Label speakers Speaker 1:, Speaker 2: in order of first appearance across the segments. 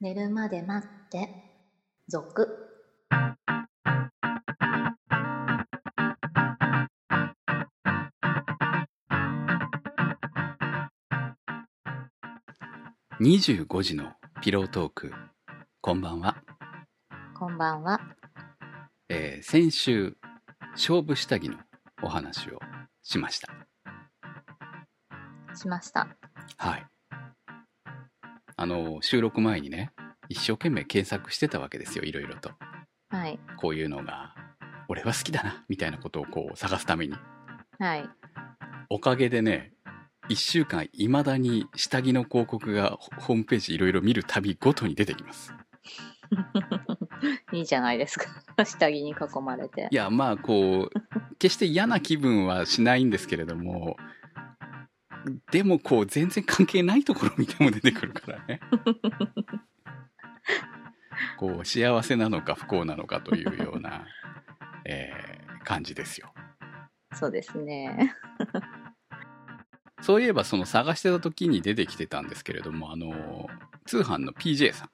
Speaker 1: 寝るまで待って続
Speaker 2: 25時のピロートークこんばんは、
Speaker 1: こんばんは
Speaker 2: えー先週勝負下着のお話をしました
Speaker 1: しました
Speaker 2: はいあの収録前にね一生懸命検索してたわけですよいろいろと
Speaker 1: はい
Speaker 2: こういうのが俺は好きだなみたいなことをこう探すために
Speaker 1: はい
Speaker 2: おかげでね1週間いまだに下着の広告がホホームページいろいろ見るたびごとに出てきます
Speaker 1: いいじゃないですか 下着に囲まれて
Speaker 2: いやまあこう決して嫌な気分はしないんですけれどもでもこう全然関係ないところ見ても出てくるからねこう幸せなのか不幸なのかというような、えー感じですよ
Speaker 1: そうですね
Speaker 2: そういえばその探してた時に出てきてたんですけれどもあの通販の PJ さ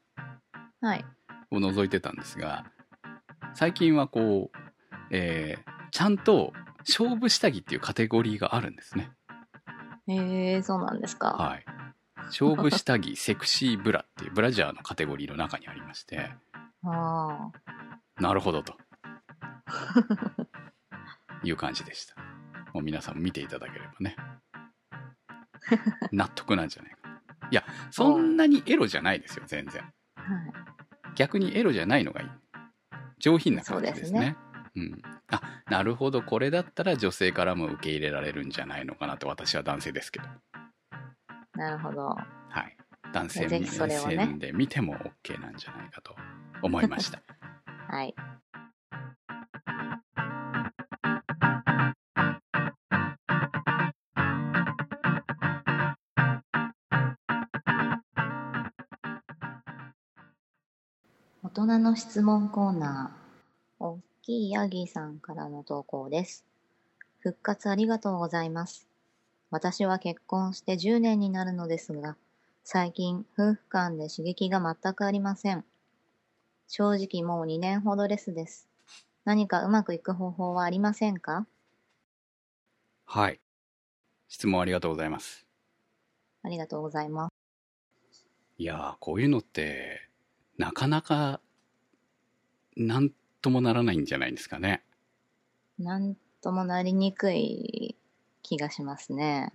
Speaker 2: ん
Speaker 1: はい
Speaker 2: を覗いてたんですが最近はこう、えーちゃんと勝負下着っていうカテゴリーがあるんですね。
Speaker 1: えー、そうなんですか、
Speaker 2: はい、勝負下 着セクシーブラっていうブラジャーのカテゴリーの中にありまして
Speaker 1: あ
Speaker 2: なるほどという感じでした。もう皆さんも見ていただければね納得なんじゃないかいやそんなにエロじゃないですよ全然
Speaker 1: あ、はい、
Speaker 2: 逆にエロじゃないのがいい上品な感じですね
Speaker 1: そうですね
Speaker 2: うん、あなるほどこれだったら女性からも受け入れられるんじゃないのかなと私は男性ですけど、
Speaker 1: なるほど
Speaker 2: はい、男性
Speaker 1: ぜ
Speaker 2: 目
Speaker 1: ひそれをね
Speaker 2: 線で見ても OK なんじゃないかと思いま した
Speaker 1: はい大人の質問コーナーおっきいヤギさんからの投稿です復活ありがとうございます私は結婚して10年になるのですが最近夫婦間で刺激が全くありません正直もう2年ほどレスです何かうまくいく方法はありませんか
Speaker 2: はい質問ありがとうございます
Speaker 1: ありがとうございます
Speaker 2: いやーこういうのってなかなかなんともならないんじゃないですかね
Speaker 1: なんともなりにくい気がしますね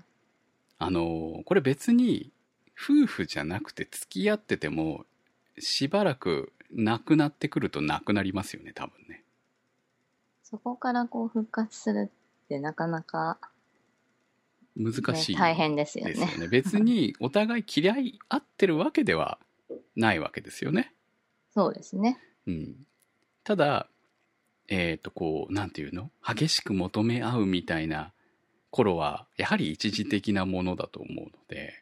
Speaker 2: あのーこれ別に夫婦じゃなくて付き合っててもしばらくなくなってくるとなくなりますよね多分ね
Speaker 1: そこからこう復活するってなかなか、
Speaker 2: 難
Speaker 1: ね
Speaker 2: しい
Speaker 1: 大変ですよ
Speaker 2: で
Speaker 1: ね
Speaker 2: すよね別にお互い嫌い合ってるわけではないわけですよね
Speaker 1: そうですね
Speaker 2: うんただえっ、とこうなんていうの激しく求め合うみたいな頃はやはり一時的なものだと思うので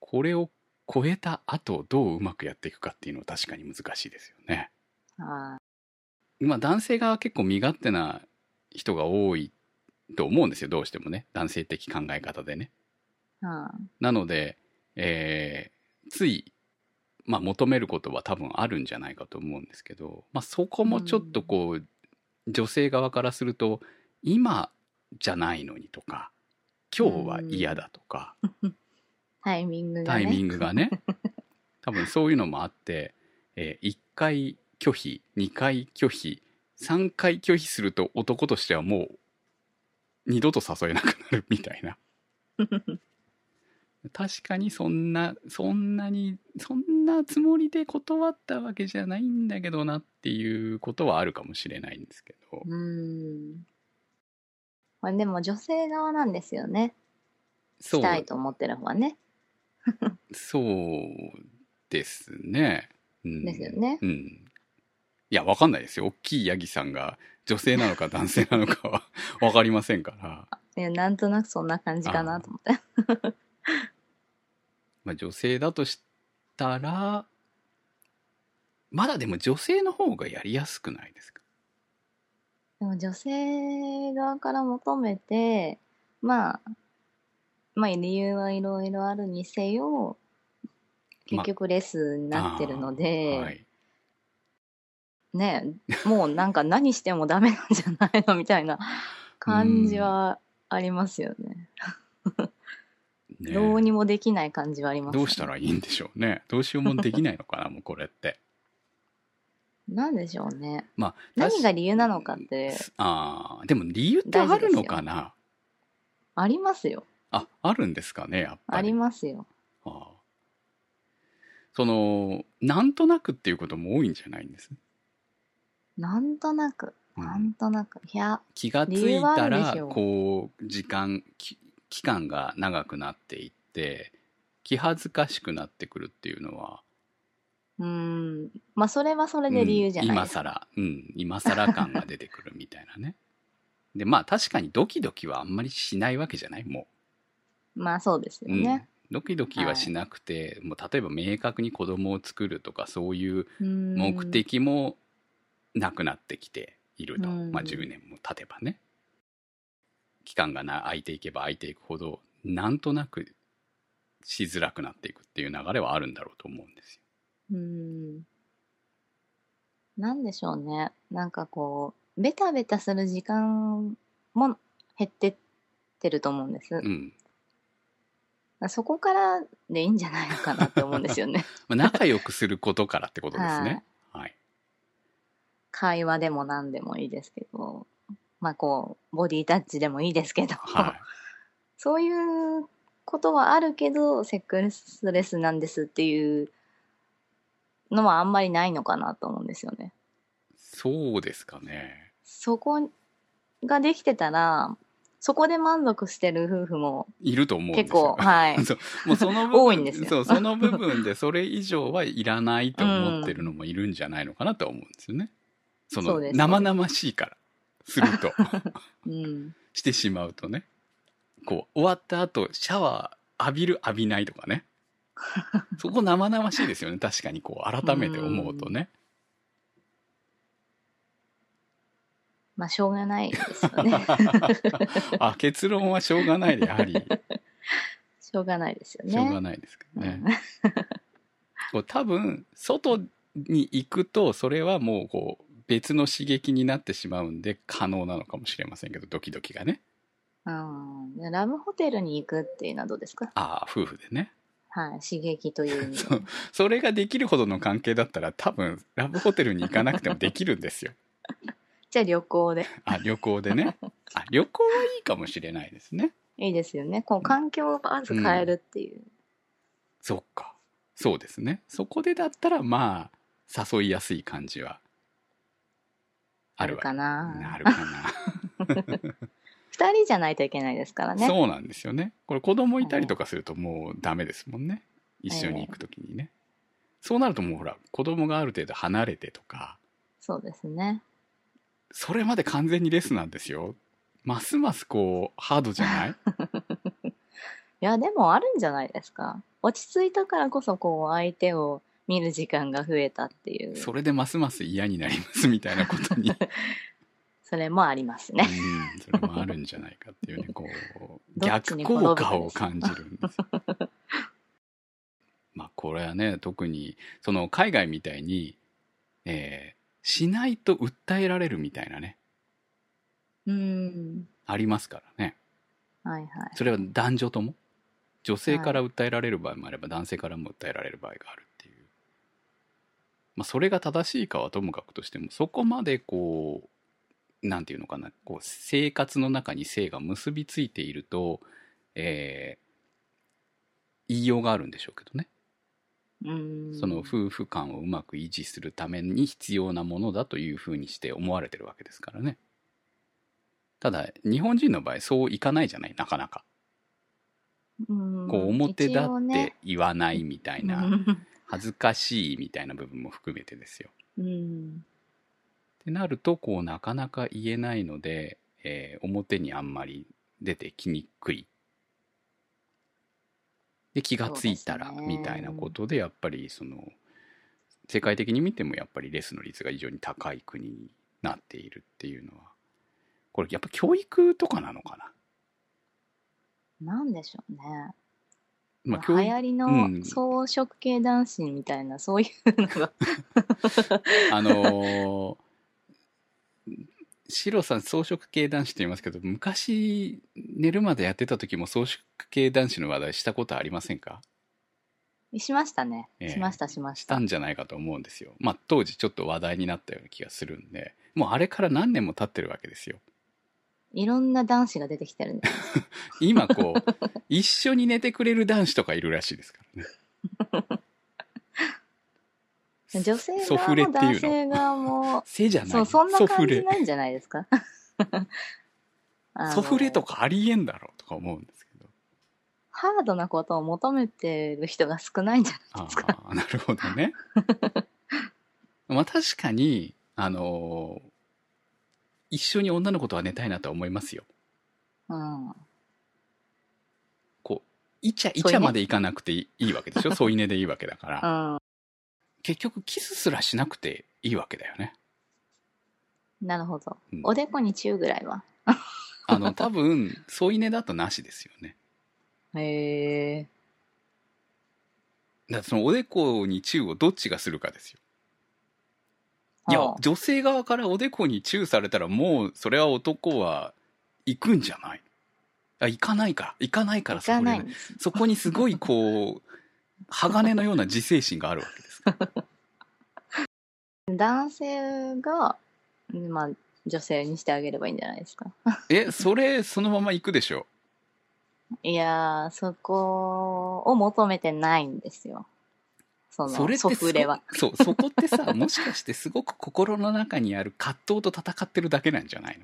Speaker 2: これを超えた後どううまくやっていくかっていうのは確かに難しいですよね。
Speaker 1: は
Speaker 2: まあ男性が結構身勝手な人が多いと思うんですよどうしてもね男性的考え方でね。
Speaker 1: い、はあ、
Speaker 2: なので、えーつい、まあ、求めることは多分あるんじゃないかと思うんですけど、まあ、そこもちょっとこう、女性側からすると今じゃないのにとか今日は嫌だとか、
Speaker 1: タイミングが
Speaker 2: タ
Speaker 1: ね
Speaker 2: イミングがね多分そういうのもあって、え1回拒否2回拒否3回拒否すると男としてはもう二度と誘えなくなるみたいな確かにそんなそんなにそんなつもりで断ったわけじゃないんだけどなっていうことはあるかもしれないんですけど、
Speaker 1: うんこれでも女性側なんですよね
Speaker 2: そ
Speaker 1: し
Speaker 2: う
Speaker 1: たいと思ってる方はね
Speaker 2: そうですね。うん
Speaker 1: ですよね
Speaker 2: うん。いや、わかんないですよ。大きいヤギさんが女性なのか男性なのかは わかりませんから。
Speaker 1: いやなんとなくそんな感じかなと思って
Speaker 2: まあ、女性だとしたら、まだでも女性の方がやりやすくないですか。
Speaker 1: でも女性側から求めて、まあ、まあ理由はいろいろあるにせよ、結局レスになってるので、
Speaker 2: はい、
Speaker 1: ねもうなんか何してもダメなんじゃないのみた いな感じはありますよね。
Speaker 2: ね
Speaker 1: どうにもできない感じはあります、ね。
Speaker 2: どうしたらいいんでしょうねどうしようもできないのかなもうこれって
Speaker 1: なんでしょうね。
Speaker 2: まあ
Speaker 1: 何が
Speaker 2: 理
Speaker 1: 理由なのかって
Speaker 2: あーでも理由ってあるのかな
Speaker 1: ありますよ。
Speaker 2: ああるんですかねやっぱり
Speaker 1: ありますよ。
Speaker 2: ああそのなんとなくっていうことも多いんじゃないんです、
Speaker 1: なんとなく、
Speaker 2: うん
Speaker 1: なんとなく。いや、
Speaker 2: 気がつ
Speaker 1: 理
Speaker 2: い
Speaker 1: 由はあ
Speaker 2: た
Speaker 1: るで
Speaker 2: ら
Speaker 1: しょう
Speaker 2: こう時間き期間が長くなっていって気恥ずかしくなってくるっていうのは
Speaker 1: うーん。まあ、それはそれで理由じゃない
Speaker 2: 今
Speaker 1: ですか。
Speaker 2: 更うん今更感が出てくるみたいなねでまあ確かにドキドキはあんまりしないわけじゃないも
Speaker 1: まあ、そうです
Speaker 2: う、
Speaker 1: よ
Speaker 2: うん
Speaker 1: ね。
Speaker 2: ドキドキはしなくて、もう例えば明確に子供を作るとかそういう
Speaker 1: うーん
Speaker 2: 目的もなくなってきていると、
Speaker 1: うん
Speaker 2: まあ、10年も経てばね期間がな空いていけば空いていくほどなんとなくしづらくなっていくっていう流れはあるんだろうと思うんですよ。
Speaker 1: うーん。なんでしょうね。なんかこう、ベタベタする時間も減ってってると思うんです。
Speaker 2: うん
Speaker 1: そこからでいいんじゃないのかなって思うんですよ ね。
Speaker 2: まあ、仲良くすることからってことで すね。はい、
Speaker 1: 会話でも何でもいいですけど、まあこう、ボディタッチでもいいですけど、
Speaker 2: はい
Speaker 1: そういうことはあるけど、セックスレスなんですっていうのはあんまりないのかなと思うんですよね。
Speaker 2: そうですかね。
Speaker 1: そこができてたら、そこで満足してる夫婦も
Speaker 2: いると思うんです
Speaker 1: 結
Speaker 2: よ
Speaker 1: 構、。はい。
Speaker 2: そう もうその部分
Speaker 1: 多いんですよ
Speaker 2: そうその部分でそれ以上はいらないと思ってるのもいるんじゃないのかなとは思うんですよね。
Speaker 1: そ
Speaker 2: その
Speaker 1: うです
Speaker 2: 生々しいからすると。
Speaker 1: うん。
Speaker 2: してしまうとねこう終わった後シャワー浴びる浴びないとかねそこ生々しいですよね確かにこう改めて思うとね
Speaker 1: まあ、しょうがないですよ ね。
Speaker 2: あ結論はしょうがないでやはりし
Speaker 1: しょうがないですよね。
Speaker 2: ょうがないですけどねこう多分外に行くとそれはもうこう別の刺激になってしまうんで可能なのかもしれませんけどドキドキがね
Speaker 1: うんうん、ラブホテルに行くっていうのはどうですか
Speaker 2: ああ夫婦でね
Speaker 1: はい、刺激という意 味で
Speaker 2: そうそれができるほどの関係だったら多分ラブホテルに行かなくてもできるんですよ
Speaker 1: じゃあ旅行で。
Speaker 2: あ旅行 でねあ旅行はいいかもしれないですね
Speaker 1: いいですよね。こう、環境をまず変えるっていう。
Speaker 2: そっかそうですねそこでだったらまあ誘いやすい感じはあ
Speaker 1: あ
Speaker 2: る
Speaker 1: る
Speaker 2: わ
Speaker 1: か
Speaker 2: な
Speaker 1: な。
Speaker 2: るか
Speaker 1: 二人じゃないといけないですから
Speaker 2: な、
Speaker 1: ね。
Speaker 2: そうなんですよねこれ子供いたりとかするともうダメですもんね一緒に行く時にね、そうなるともうほら子供がある程度離れてとか
Speaker 1: そうですね。
Speaker 2: それまで完全にレスなんですよますますこうハードじゃない
Speaker 1: いや、でもあるんじゃないですか。落ち着いたからこそ、こう、相手を見る時間が増えたっていう。
Speaker 2: それでますます嫌になりますみたいなことに
Speaker 1: それもありますね。
Speaker 2: うん、それもあるんじゃないかっていうね、こう、
Speaker 1: どっち
Speaker 2: 逆
Speaker 1: に
Speaker 2: 効果を感じるんです よ。まあ、これはね、特に、その、海外みたいに、えーしないと訴えられるみたいなね、
Speaker 1: うん。
Speaker 2: ありますからね。
Speaker 1: はいはい。
Speaker 2: それは男女とも。女性から訴えられる場合もあれば、男性からも訴えられる場合があるっていう。まあ、それが正しいかはともかくとしても、そこまでこう、なんていうのかな、こう、生活の中に性が結びついていると、えー言いようがあるんでしょうけどね。
Speaker 1: うん。
Speaker 2: その夫婦間をうまく維持するために必要なものだというふうにして思われてるわけですからね。ただ、日本人の場合、そういかないじゃない、なかなか。
Speaker 1: うん
Speaker 2: こう表立
Speaker 1: 一応
Speaker 2: って
Speaker 1: ね
Speaker 2: 言わないみたいな、
Speaker 1: うん
Speaker 2: 恥ずかしいみたいな部分も含めてですよ。
Speaker 1: うん。
Speaker 2: ってなるとこうなかなか言えないので、えー表にあんまり出てきにくい。で気がついたら
Speaker 1: そうですね
Speaker 2: みたいなことでやっぱりその世界的に見てもやっぱりレスの率が非常に高い国になっているっていうのはこれやっぱ教育とかなのかな
Speaker 1: なんでしょうね。
Speaker 2: まあ、
Speaker 1: 流
Speaker 2: 教育
Speaker 1: 行り
Speaker 2: うん
Speaker 1: の草食系男子みたいな、そういうのが
Speaker 2: あのーシロさん草食系男子と言いますけど昔寝るまでやってた時も草食系男子の話題したことありませんか
Speaker 1: しましたね、
Speaker 2: ええ
Speaker 1: しましたしまし
Speaker 2: したたんじゃないかと思うんですよまあ当時ちょっと話題になったような気がするんでもうあれから何年も経ってるわけですよ
Speaker 1: いろんな男子が出てきてるね
Speaker 2: 今こ う一緒に寝てくれる男子とかいるらしいですからね
Speaker 1: 女性
Speaker 2: ソ
Speaker 1: 側
Speaker 2: フレっ
Speaker 1: も
Speaker 2: て
Speaker 1: 男
Speaker 2: いうの
Speaker 1: 性側も
Speaker 2: 背 じゃない
Speaker 1: そうそんな
Speaker 2: ソフ
Speaker 1: 感じ
Speaker 2: レ
Speaker 1: なんじゃないですか あの
Speaker 2: ソフレとかありえんだろうとか思うんですけど
Speaker 1: ハードなことを求めてる人が少ないんじゃない
Speaker 2: あ
Speaker 1: ですか
Speaker 2: あーなるほど ねまあ確かにあのー一緒に女の子とは寝たいなとは思いますよ
Speaker 1: うん
Speaker 2: こうイチャイ
Speaker 1: 添
Speaker 2: チ
Speaker 1: い
Speaker 2: ャ
Speaker 1: 寝
Speaker 2: までいかなくていいいいわけで しょ添い寝でいいわけだから、
Speaker 1: うん
Speaker 2: 結局キスすらしなくていいわけだよね、
Speaker 1: なるほど
Speaker 2: うん
Speaker 1: おでこにチューぐらいは
Speaker 2: あの多分添い寝だとなしですよね
Speaker 1: へえ
Speaker 2: だってそのおでこにチューをどっちがするかですよいや
Speaker 1: はあ
Speaker 2: 女性側からおでこにチューされたらもうそれは男は行くんじゃないあ行かないから行かないから
Speaker 1: 行か
Speaker 2: こ
Speaker 1: な
Speaker 2: で
Speaker 1: いんです
Speaker 2: そこにすごいこう鋼のような自制心があるわけですから
Speaker 1: 男性がまあ女性にしてあげればいいんじゃないですか
Speaker 2: えそれそのまま行くでしょ
Speaker 1: いやーそこを求めてないんですよそ
Speaker 2: それ
Speaker 1: の
Speaker 2: って
Speaker 1: ソ
Speaker 2: すご
Speaker 1: フレは
Speaker 2: そうそこってさもしかしてすごく心の中にある葛藤と戦ってるだけなんじゃない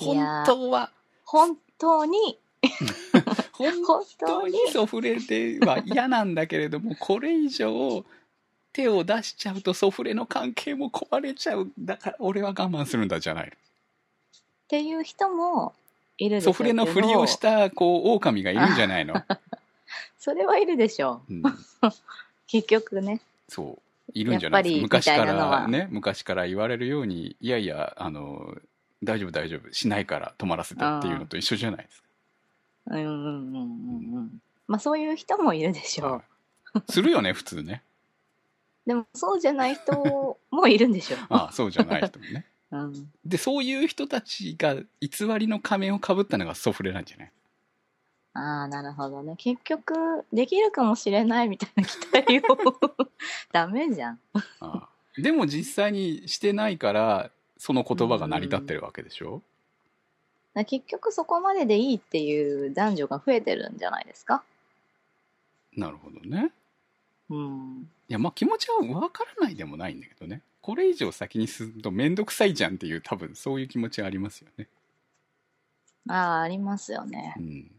Speaker 2: の
Speaker 1: いや
Speaker 2: 本
Speaker 1: ー
Speaker 2: 当は
Speaker 1: 本当に
Speaker 2: 本
Speaker 1: 本
Speaker 2: 当
Speaker 1: 当
Speaker 2: に
Speaker 1: に
Speaker 2: ソフレでは嫌なんだけれどもこれ以上手を出しちゃうとソフレの関係も壊れちゃうだから俺は我慢するんだじゃない
Speaker 1: っていう人もいる
Speaker 2: の
Speaker 1: でしょ
Speaker 2: ソ
Speaker 1: うけ
Speaker 2: フ
Speaker 1: ど
Speaker 2: レのふりをしたこう狼がいるんじゃないの、
Speaker 1: それはいるでしょう
Speaker 2: うん
Speaker 1: 結局ね
Speaker 2: そういるんじゃないですか
Speaker 1: やっぱり
Speaker 2: 昔か
Speaker 1: みたいなの
Speaker 2: ら
Speaker 1: は
Speaker 2: ね昔から言われるようにいやいやあの大丈夫大丈夫しないから止まらせてっていうのと一緒じゃないですか
Speaker 1: うんうんうんうんうんまあそういう人もいるでしょう、
Speaker 2: はいするよね普通ね
Speaker 1: でもそうじゃない人もいるんでしょ
Speaker 2: ああそうじゃない人も ね
Speaker 1: う、うん、
Speaker 2: でそういう人たちが偽りの仮面をかぶったのがソフレなんじゃない
Speaker 1: ああなるほどね結局できるかもしれないみたいな期待を ダメじゃん
Speaker 2: ああでも実際にしてないからその言葉が成り立ってるわけでしょ、
Speaker 1: だから結局そこまででいいっていう男女が増えてるんじゃないですか
Speaker 2: なるほどね
Speaker 1: うん
Speaker 2: いやまあ気持ちは分からないでもないんだけどねこれ以上先に進むと面倒くさいじゃんっていう多分そういう気持ちはありますよね
Speaker 1: ああありますよね
Speaker 2: うん、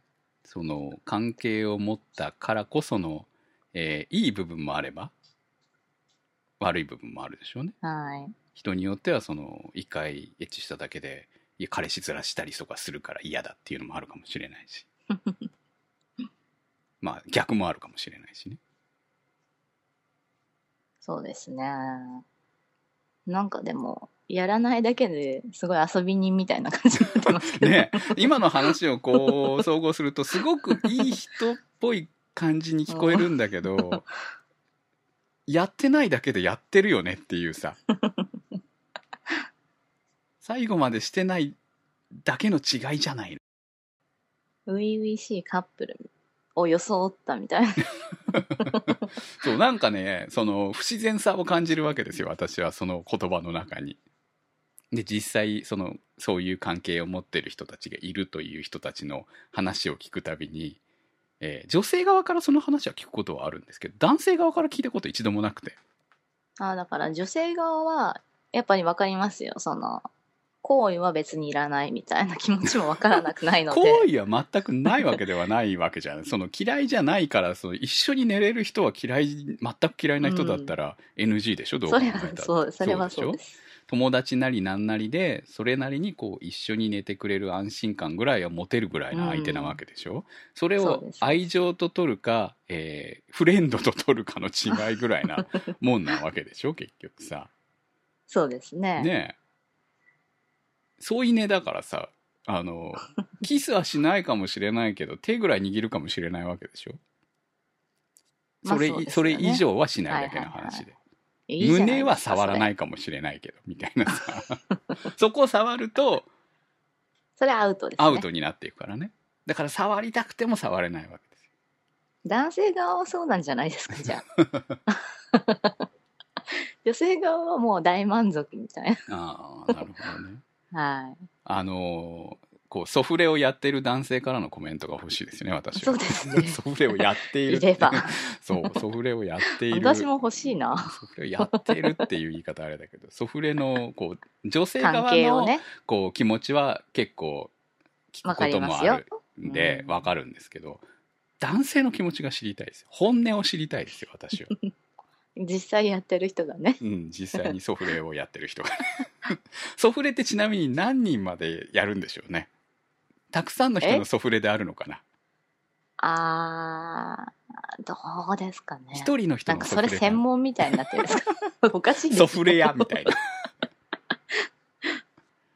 Speaker 2: その関係を持ったからこその、えーいい部分もあれば悪い部分もあるでしょうね
Speaker 1: はい
Speaker 2: 人によってはその一回エッチしただけでいや彼氏面したりとかするから嫌だっていうのもあるかもしれないしまあ逆もあるかもしれないしね
Speaker 1: そうですねなんかでもやらないだけですごい遊び人みたいな感じになってますけど、
Speaker 2: ね今の話をこう総合するとすごくいい人っぽい感じに聞こえるんだけどやってないだけでやってるよねっていうさ最後までしてないだけの違いじゃないの
Speaker 1: 初々しいカップルを装ったみたいな
Speaker 2: そうなんかねその不自然さを感じるわけですよ私はその言葉の中に。で実際そのそういう関係を持ってる人たちがいるという人たちの話を聞くたびに、えー女性側からその話は聞くことはあるんですけど男性側から聞いたこと一度もなくて
Speaker 1: あーだから女性側はやっぱりわかりますよその行為は別にいらないみたいな気持ちもわからなくないので
Speaker 2: 行為は全くないわけではないわけじゃ んその嫌いじゃないからその一緒に寝れる人は嫌い全く嫌いな人だったら NG でしょ、どう考
Speaker 1: そ
Speaker 2: え
Speaker 1: れ
Speaker 2: た
Speaker 1: は
Speaker 2: って
Speaker 1: そうそれは
Speaker 2: し
Speaker 1: そ
Speaker 2: ょ
Speaker 1: うです
Speaker 2: 友達なりなんなりでそれなりにこう一緒に寝てくれる安心感ぐらいは持てるぐらいの相手なわけでしょ、それ
Speaker 1: そう
Speaker 2: を
Speaker 1: です
Speaker 2: 愛情と取るか、えーフレンドと取るかの違いぐらい なもんなわけでしょ結局さ
Speaker 1: そうですね
Speaker 2: ねえ添い寝だからさ あのキスはしないかもしれないけど手ぐらい握るかもしれないわけでしょ
Speaker 1: まあ
Speaker 2: それ,、
Speaker 1: うですよね
Speaker 2: それ以上はしないだけの話で、
Speaker 1: いいじゃないですか
Speaker 2: 胸は触らないいかもしれないけどみたいなさ そこを触ると
Speaker 1: それそれアウトですね
Speaker 2: アウトになっていくからねだから触りたくても触れないわけですよ
Speaker 1: 男性側はそうなんじゃないですかじゃあ 女性側はもう大満足みたい
Speaker 2: あ あなるほどね
Speaker 1: な はい
Speaker 2: あのーこうソフレをやってる男性からのコメントが欲しいですね私
Speaker 1: そ
Speaker 2: は
Speaker 1: うですね
Speaker 2: ソフレをや っている
Speaker 1: いれば
Speaker 2: そうソフレをやっている
Speaker 1: 私も欲しいな
Speaker 2: ソフレをやってるっていう言い方あれだけどソフレのこう女性
Speaker 1: 関
Speaker 2: 側
Speaker 1: 係
Speaker 2: の、
Speaker 1: をね
Speaker 2: こう気持ちは結構聞
Speaker 1: わ
Speaker 2: く
Speaker 1: か
Speaker 2: こ
Speaker 1: り
Speaker 2: と
Speaker 1: ま
Speaker 2: も
Speaker 1: す
Speaker 2: あ
Speaker 1: よ
Speaker 2: るんで
Speaker 1: うん
Speaker 2: わかるんですけど、男性の気持ちが知りたいですよ本音を知りたいですよ私は、
Speaker 1: 実際やってる人がね
Speaker 2: うん、実際にソフレをやってる人が ソフレってちなみに何人までやるんでしょうねたくさんの人のソフレであるのかな
Speaker 1: あーどうですかね
Speaker 2: 一人の人
Speaker 1: なん
Speaker 2: の
Speaker 1: か
Speaker 2: ソ
Speaker 1: そ
Speaker 2: フ
Speaker 1: れ
Speaker 2: レか
Speaker 1: 専門みたいになってるんですかおかしいです
Speaker 2: ソフレ屋みたいな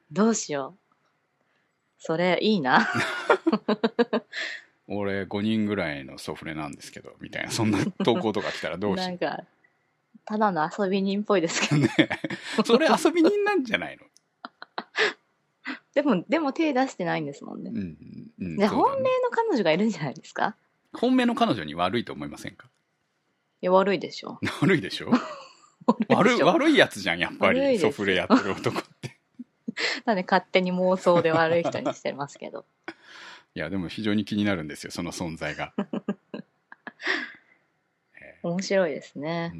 Speaker 1: どうしようそれいいな
Speaker 2: 俺5人ぐらいのソフレなんですけどみたいなそんな投稿とか来たらどうし
Speaker 1: な
Speaker 2: よ
Speaker 1: んかただの遊び人っぽいですけ
Speaker 2: う
Speaker 1: ど
Speaker 2: ねそれ遊び人なんじゃないの
Speaker 1: でもでも手出してないんですもんね
Speaker 2: うんうん
Speaker 1: で
Speaker 2: そう
Speaker 1: 本命
Speaker 2: だね
Speaker 1: の彼女がいるんじゃないですか
Speaker 2: 本命の彼女に悪いと思いませんか
Speaker 1: いや悪いでしょ
Speaker 2: 悪いでしょ
Speaker 1: 悪い で
Speaker 2: 悪い
Speaker 1: しょ
Speaker 2: 悪いやつじゃんやっぱ
Speaker 1: 悪いで
Speaker 2: り
Speaker 1: すよ
Speaker 2: ソフレやってる男って
Speaker 1: なんで勝手に妄想で悪い人にしてます けど
Speaker 2: いやでも非常に気になるんですよその存在が、え
Speaker 1: 面白いです
Speaker 2: ー
Speaker 1: ね
Speaker 2: う、ん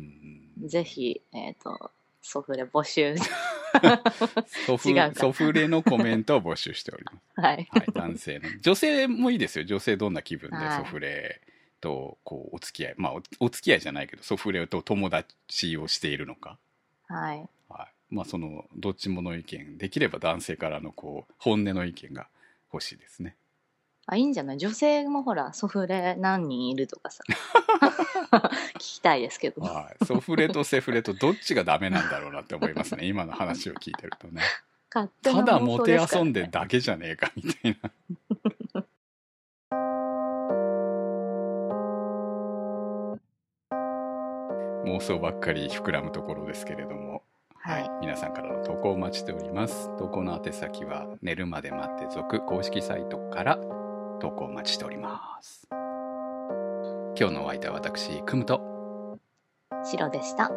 Speaker 2: うん
Speaker 1: ぜひえっ、とソフレ募集
Speaker 2: ソフ
Speaker 1: 違うか
Speaker 2: ソフレのコメントを募集しております
Speaker 1: はい
Speaker 2: はい、男性の。女性もいいですよ。女性どんな気分で
Speaker 1: はい
Speaker 2: ソフレとこうお付き合い、まあおお付き合いじゃないけど、ソフレと友達をしているのか。
Speaker 1: はい
Speaker 2: はい。まあそのどっちもの意見、できれば男性からのこう本音の意見が欲しいですね。
Speaker 1: あいいんじゃない女性もほらソフレ何人いるとか さ聞きたいですけど
Speaker 2: はい。ソフレとセフレとどっちがダメなんだろうなって思いますね。今の話を聞いてるとね。
Speaker 1: 勝手な
Speaker 2: ただ
Speaker 1: 妄
Speaker 2: モ
Speaker 1: 想
Speaker 2: テ
Speaker 1: ですから
Speaker 2: 遊
Speaker 1: ね
Speaker 2: んでだけじゃねえかみたいな。 妄想ばっかり膨らむところですけれども、
Speaker 1: はい、
Speaker 2: 皆さんからの投稿をお待ちしております。投稿の宛先は寝るまで待って続公式サイトから投稿お待ちしております。今日のお相手は私、くむと。
Speaker 1: 白でした